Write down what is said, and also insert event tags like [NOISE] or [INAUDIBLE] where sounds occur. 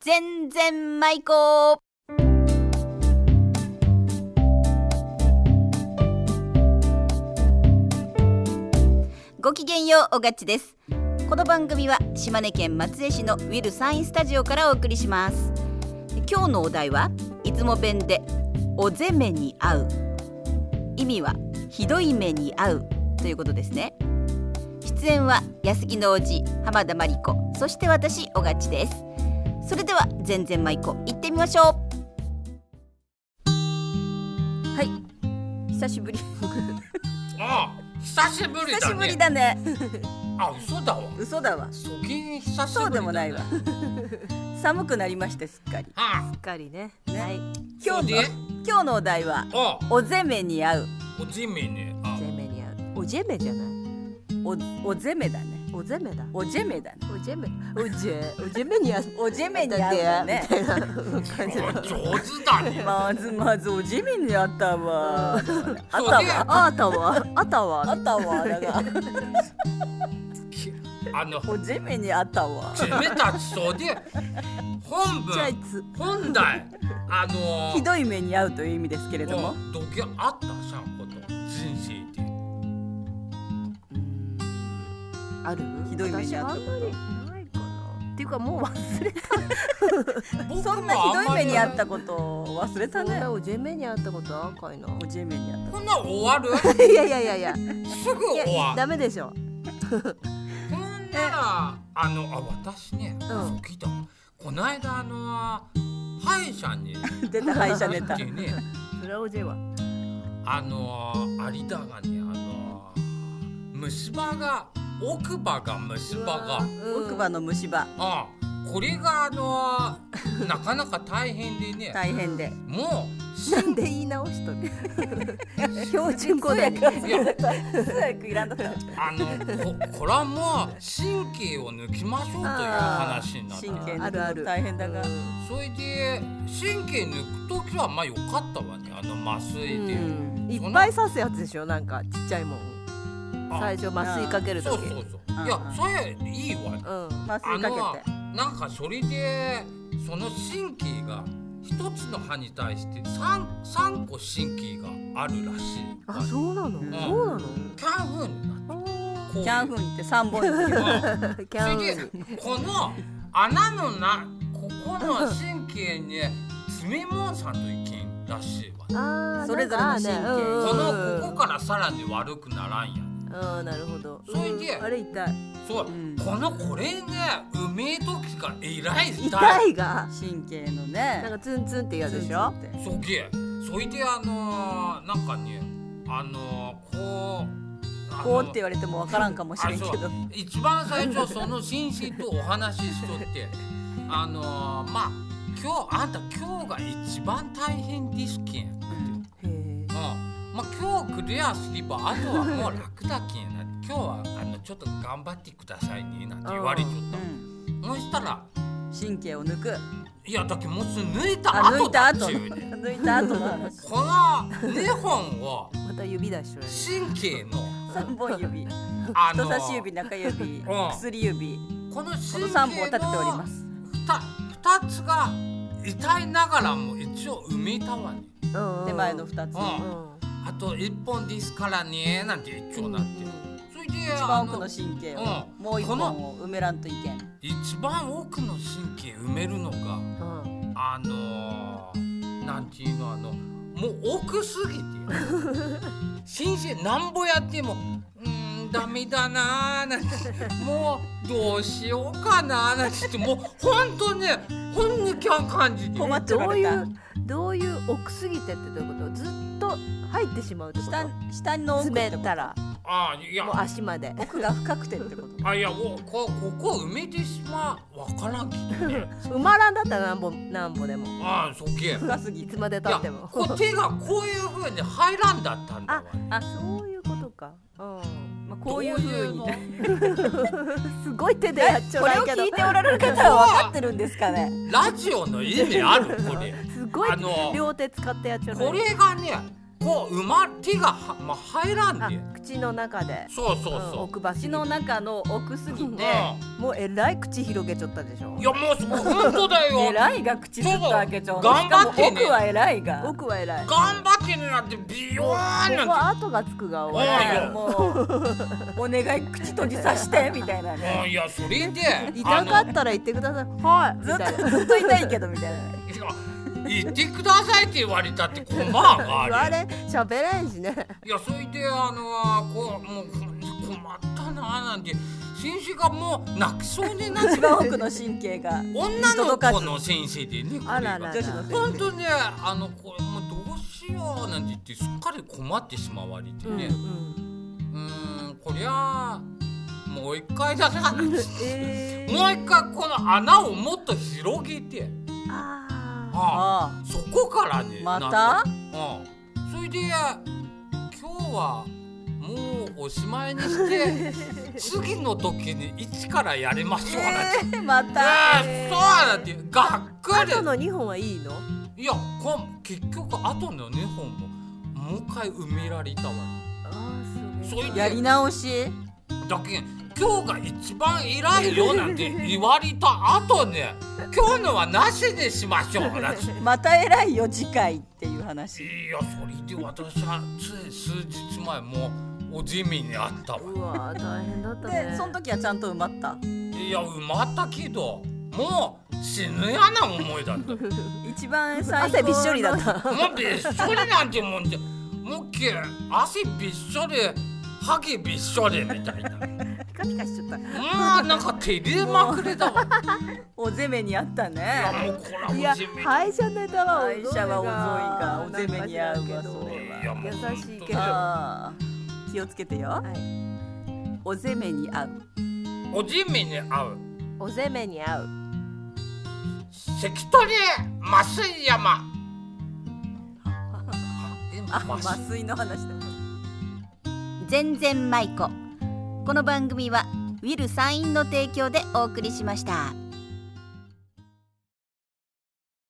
全然舞子ごきげんようおがっちですこの番組は島根県松江市のウィルサインスタジオからお送りします今日のお題はいつも弁でおぜめに合う意味はひどい目に合うということですね出演は安木のおじ浜田真理子そして私おがっちですそれでは全然舞子行ってみましょうはい久しぶ [LAUGHS] りああ久しぶり久だしねぶりだねあ嘘だわ嘘だわ素金久しぶりだ、ね、そうでもないわ寒くなりましたすっかりあしっかりね。ねはい今そう日での今日のお題はああおぜめに合うおじめねあジェメに合う。おジェメじゃない。おおぜめだねおゼメだ。おぜめだねおジェメ。おジェ。おジェメに合う。おぜめに合うよねみたいな感じ。お [LAUGHS] 上手だね [LAUGHS] まずまずおじめにあったわ。あっうんたそうねわ。ああたは。あたあは。ったわ。だが、あのおじめにあったわ。自分たちそうで本じゃあい文つ本来あの [LAUGHS] ひどい目に遭うという意味ですけれども。どけあったさんこと人生である。ひどい目に遭った私はあんまりないかな。っていうかもう忘れた。僕そんなもひあどんまい目りに遭ったことを忘れたそんねな。おジェメに合ったことは赤いな。おじめにあっこんな終わるいやいやいやいや。すぐ終わるダメでしょ。こんならあのあ私ね、んそう聞いたわこないだあの歯医者にた。出た歯医者ネタ行っ。てねそれはおジェは。あのー、有田がね、あのー、虫歯が奥歯が虫歯がうん奥歯。の虫歯ああこれがあのー、なかなか大変で [LAUGHS] ね大変で。もうしなんで言い直しとる。標準語通で訳。いや通訳いらんだったわ。あのここれはもう神経を抜きましょうという話になって神経あるあ抜くる大変だがう。んそれで神経抜く時はまあよかったわねあの麻酔で、うんいっぱい刺すやつでしょなんかちっちゃいもんあ最初麻酔かけるそとうきそうそううんいやそれいいわうん麻あ酔かのけて。なんかそれでその神経が一つの歯に対して 3, 三個神経があるらしい。あそうなのうんそうなのキャンフーになってこういうキャンフンって三本指。うキャンフーんそれでこの穴のなここの神経に詰め物さんといけんらしいわ。あーそれぞれの神経なんかねこうんのここからさらに悪くならんやん。うんなるほどそれでうんあれ痛いそう、うんこのこれねうめえ時がえらい痛いが神経のなんね。かツンツンって嫌でしツンょツンってそげえそいであのー、なんかねあのー、こうあのこうって言われてもわからんかもしれんけあそどう。一番最初その紳士とお話ししとってあのー、まあ今日あんた今日が一番大変ですけん、うんへえまあ、今日クリアすればあとはもう楽だけんな今日はあのちょっと頑張ってくださいねなんて言われちゃっうんたそしたら神経を抜く。いやだけどもうすぐ抜いたあ抜後いただっ後。ちゅうね抜いた後の話。この2本をまた指出しとる神経の三本指、あの人差し指、中指、ん薬指、このこ神の経三本を立てておりまのす。二二つが痛いながらも一応埋めたわね。手前の二つ。うんうんあと一本ですからねなんて一応なって。それで一番奥の神経をうんもう一こ本のを埋めらんといけん。一番奥の神経埋めるのがうんあのー、なんていうのあのもう奥すぎて新鮮なんぼやってもうーんダメだなーなんてもうどうしようかなーなんて言ってもうほんとねほんにきゃん感じて。困っちゃどらうれいたう。どういう奥すぎてってどういうことずっと入ってしまうってこと下下の奥ってこ詰めとたらあいやもう足まで奥が深くてってこと。あいやおこここ埋めてしまうわからんけど [LAUGHS] ね埋まらんだったらなんぼなんぼでもああそっけい深すぎいてつ。までたっやてもこう手がこういうふうに入らんだったんだわ、ね、あそういうことかうんまあこういう風にど。ういうすごい手でやっちゃこうれをけど聞いておられる方は分かってるんですかね。のラジオの意味ある [LAUGHS] これすごいあの両手使ってやっちゃうこれがねこう埋ま手がは、まあ、入らんあで口の中でそうそううんそう、奥歯口口のの中の奥すぎて。もうえらい口広げちゃったでしょ [LAUGHS] いやもうすほんとだよ偉いが口ずっと開けちゃうのそうしかも頑張ってね奥は偉いが奥は偉い。こ頑張ってねなんてビヨこーンなんは後がつくがおい偉いよもうお願い口閉じさしてみた [LAUGHS] いなて。うんねいやそれで痛かったら言ってください。はい。みずったいとなずっと痛いけどみたいなねあの言ってくださいって言われたって困んがあれあれ喋れんしね。いやそれであのこうもう困ったなあなんて先生がもう泣きそうになっ [LAUGHS] 一て番奥の神経が女の子の先生でねこれがあららら女子の先本当ねあのこれもうどうしようなんて言ってすっかり困ってしまわれてうんねうん。うーんこりゃあもう一回だななんてえーもう一回この穴をもっと広げてああああそこからねまなんたかうんそれで今日はもうおしまいにして次の時に一からやりましょうなんて、えーまたあーそうなんてがっあ。かり後の二本はいいの？いやこん結局後の2本ももう一回埋められたわああそれやでり直しだけん今日が一番偉いよなんて言われた後ね今日のはなしにしましょうなんてまた偉いよ次回っていう話いやそれで私はつい数日前もうおじみにあったわうわー大変だったね。でその時はちゃんと埋まったいや埋まったけどもう死ぬやな思いだったもう一番最高の [LAUGHS] 汗びっしょりだった。びっしょりなんてもんじゃもうけ汗びっしょりハゲびっしょりみたいなピカピカしちゃった。うんなんか照れまくれだわ [LAUGHS] お攻めにあったねもうこれはおいやじめ歯医者ネタはおぞいが歯医者はおぞいがお攻めに合うわそれいやもう優しいけど。はあー気をつけてよい。お攻めに合うおじみに合うお攻めに合う。関取増井山あ今麻酔の話だ全然舞子この番組はウィルサインの提供でお送りしました。